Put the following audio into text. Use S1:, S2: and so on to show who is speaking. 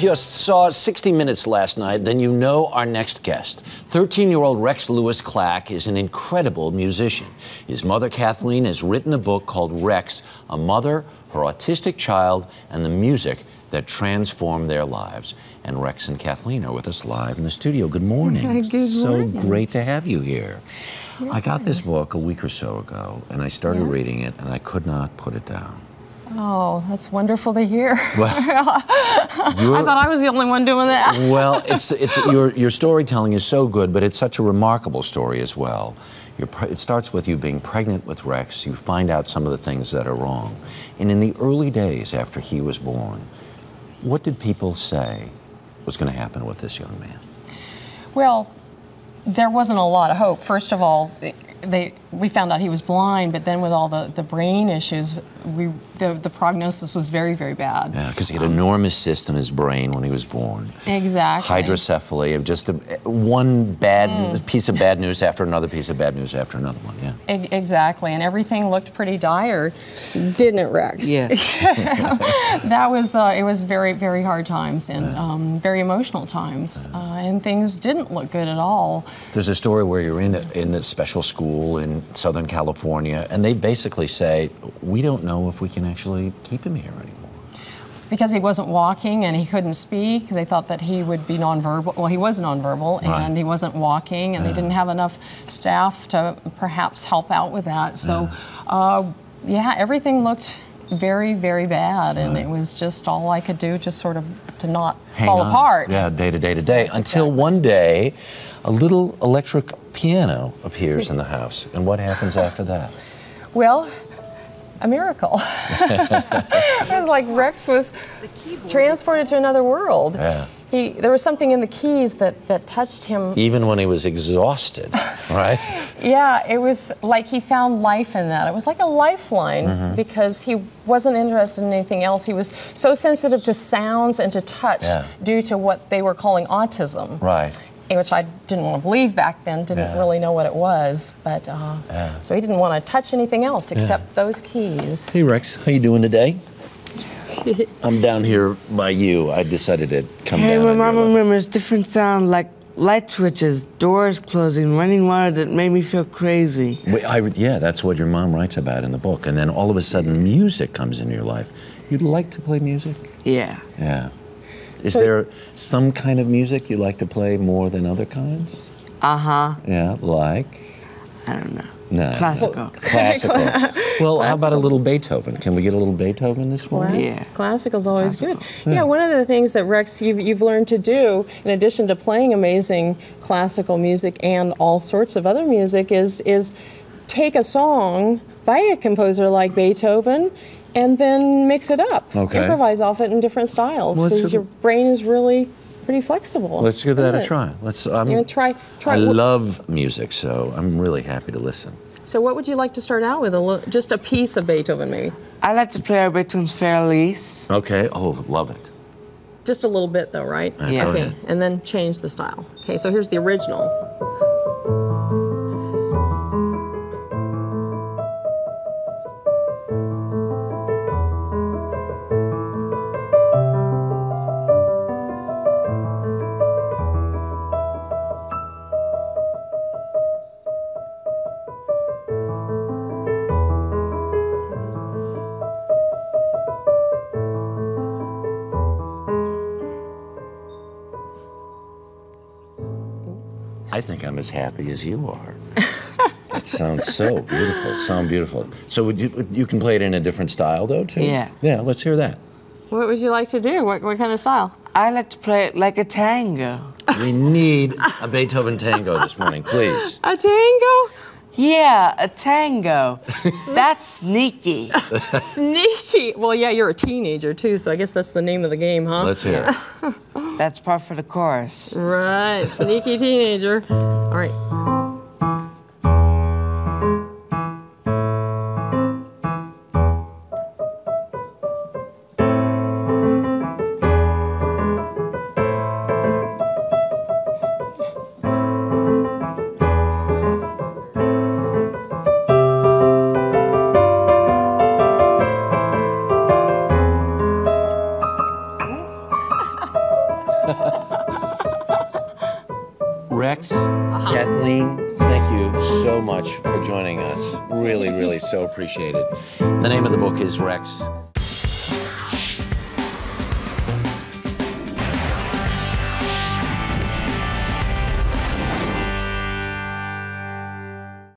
S1: you saw 60 Minutes last night, then you know our next guest. 13 year old Rex Lewis Clack is an incredible musician. His mother, Kathleen, has written a book called Rex A Mother, Her Autistic Child, and the Music That Transformed Their Lives. And Rex and Kathleen are with us live in the studio. Good morning.
S2: Good
S1: so
S2: morning.
S1: great to have you here. I got this book a week or so ago, and I started reading it, and I could not put it down.
S2: Oh, that's wonderful to hear. I
S1: You're-
S2: thought I was the only one doing that.
S1: well, it's it's your your storytelling is so good, but it's such a remarkable story as well. You're, pre- it starts with you being pregnant with Rex. You find out some of the things that are wrong, and in the early days after he was born, what did people say was going to happen with this young man?
S2: Well, there wasn't a lot of hope. First of all, they we found out he was blind, but then with all the, the brain issues, we the, the prognosis was very very bad.
S1: Yeah, because he had enormous cyst in his brain when he was born.
S2: Exactly.
S1: Hydrocephaly, just a, one bad piece of bad news after another piece of bad news after another one. Yeah.
S2: E- exactly, and everything looked pretty dire, didn't it, Rex?
S3: Yes.
S2: that was uh, it was very very hard times and um, very emotional times, uh, and things didn't look good at all.
S1: There's a story where you're in a, in the special school in Southern California, and they basically say, "We don't know if we can actually keep him here anymore."
S2: because he wasn't walking and he couldn't speak, they thought that he would be nonverbal. Well, he was nonverbal
S1: Right.
S2: and he wasn't walking, and they didn't have enough staff to perhaps help out with that. So, uh, yeah, everything looked very, very bad, and it was just all I could do, just sort of to not
S1: Hang
S2: fall
S1: on.
S2: apart.
S1: Yeah, day to day to day, until one day, a little electric piano appears in the house, and what happens after that?
S2: Well, a miracle. it was like Rex was transported to another world.
S1: Yeah.
S2: He, there was something in the keys that, that touched him
S1: Even when he was exhausted, right?
S2: Yeah, it was like he found life in that. It was like a lifeline
S1: Mm-hmm.
S2: because he wasn't interested in anything else. He was so sensitive to sounds and to touch
S1: Yeah.
S2: due to what they were calling autism,
S1: Right.
S2: which I didn't want to believe back then, didn't
S1: Yeah.
S2: really know what it was. But uh, so he didn't want to touch anything else except those keys.
S1: Hey Rex, how you doing today? I'm down here by you. I decided to come
S3: Hey,
S1: down.
S3: my
S1: on your
S3: mom
S1: level.
S3: remembers different sounds like light switches, doors closing, running water that made me feel crazy.
S1: Wait, I, would- yeah, that's what your mom writes about in the book. And then all of a sudden, music comes into your life. You like to play music?
S3: Yeah.
S1: Yeah. Is there some kind of music you like to play more than other kinds?
S3: Uh huh.
S1: Yeah, like?
S3: I don't know.
S1: No. no.
S3: Classical.
S1: Classical. well, how about a little Beethoven? Can we get a little Beethoven this morning?
S3: Class- Yeah.
S2: Classical's always good.
S1: Hmm.
S2: Yeah. one of the things that Rex, you've, you've learned to do, in addition to playing amazing classical music and all sorts of other music, is, is take a song by a composer like Beethoven and then mix it up.
S1: Okay.
S2: Improvise off it in different styles
S1: What's
S2: because
S1: the-
S2: your brain is really pretty flexible.
S1: Let's give that
S2: Isn't
S1: a
S2: it?
S1: try. Let's. Um,
S2: You know, try- try-
S1: I love music, so I'm really happy to listen.
S2: So, what would you like to start out with? A lo- just a piece of Beethoven, maybe?
S3: I like to play our Beethoven's Fairlies.
S1: Okay. Oh, love it.
S2: Just a little bit, though, right?
S3: Yeah.
S2: Okay,
S1: Okay.
S2: and then change the style. Okay, so here's the original.
S1: I think I'm as happy as you are. that sounds so beautiful. Sound beautiful. So would you you can play it in a different style though too.
S3: Yeah.
S1: Yeah. Let's hear that.
S2: What would you like to do? What, what kind of style?
S3: I like to play it like a tango.
S1: We need a Beethoven tango this morning, please.
S2: A tango?
S3: Yeah, a tango. That's sneaky.
S2: Sneaky. Well, yeah, you're a teenager too, so I guess that's the name of the game, huh?
S1: Let's hear it.
S3: That's part for the chorus.
S2: right, sneaky teenager. All right.
S1: Rex, Kathleen, thank you so much for joining us. Really, really so appreciated. The name of the book is Rex.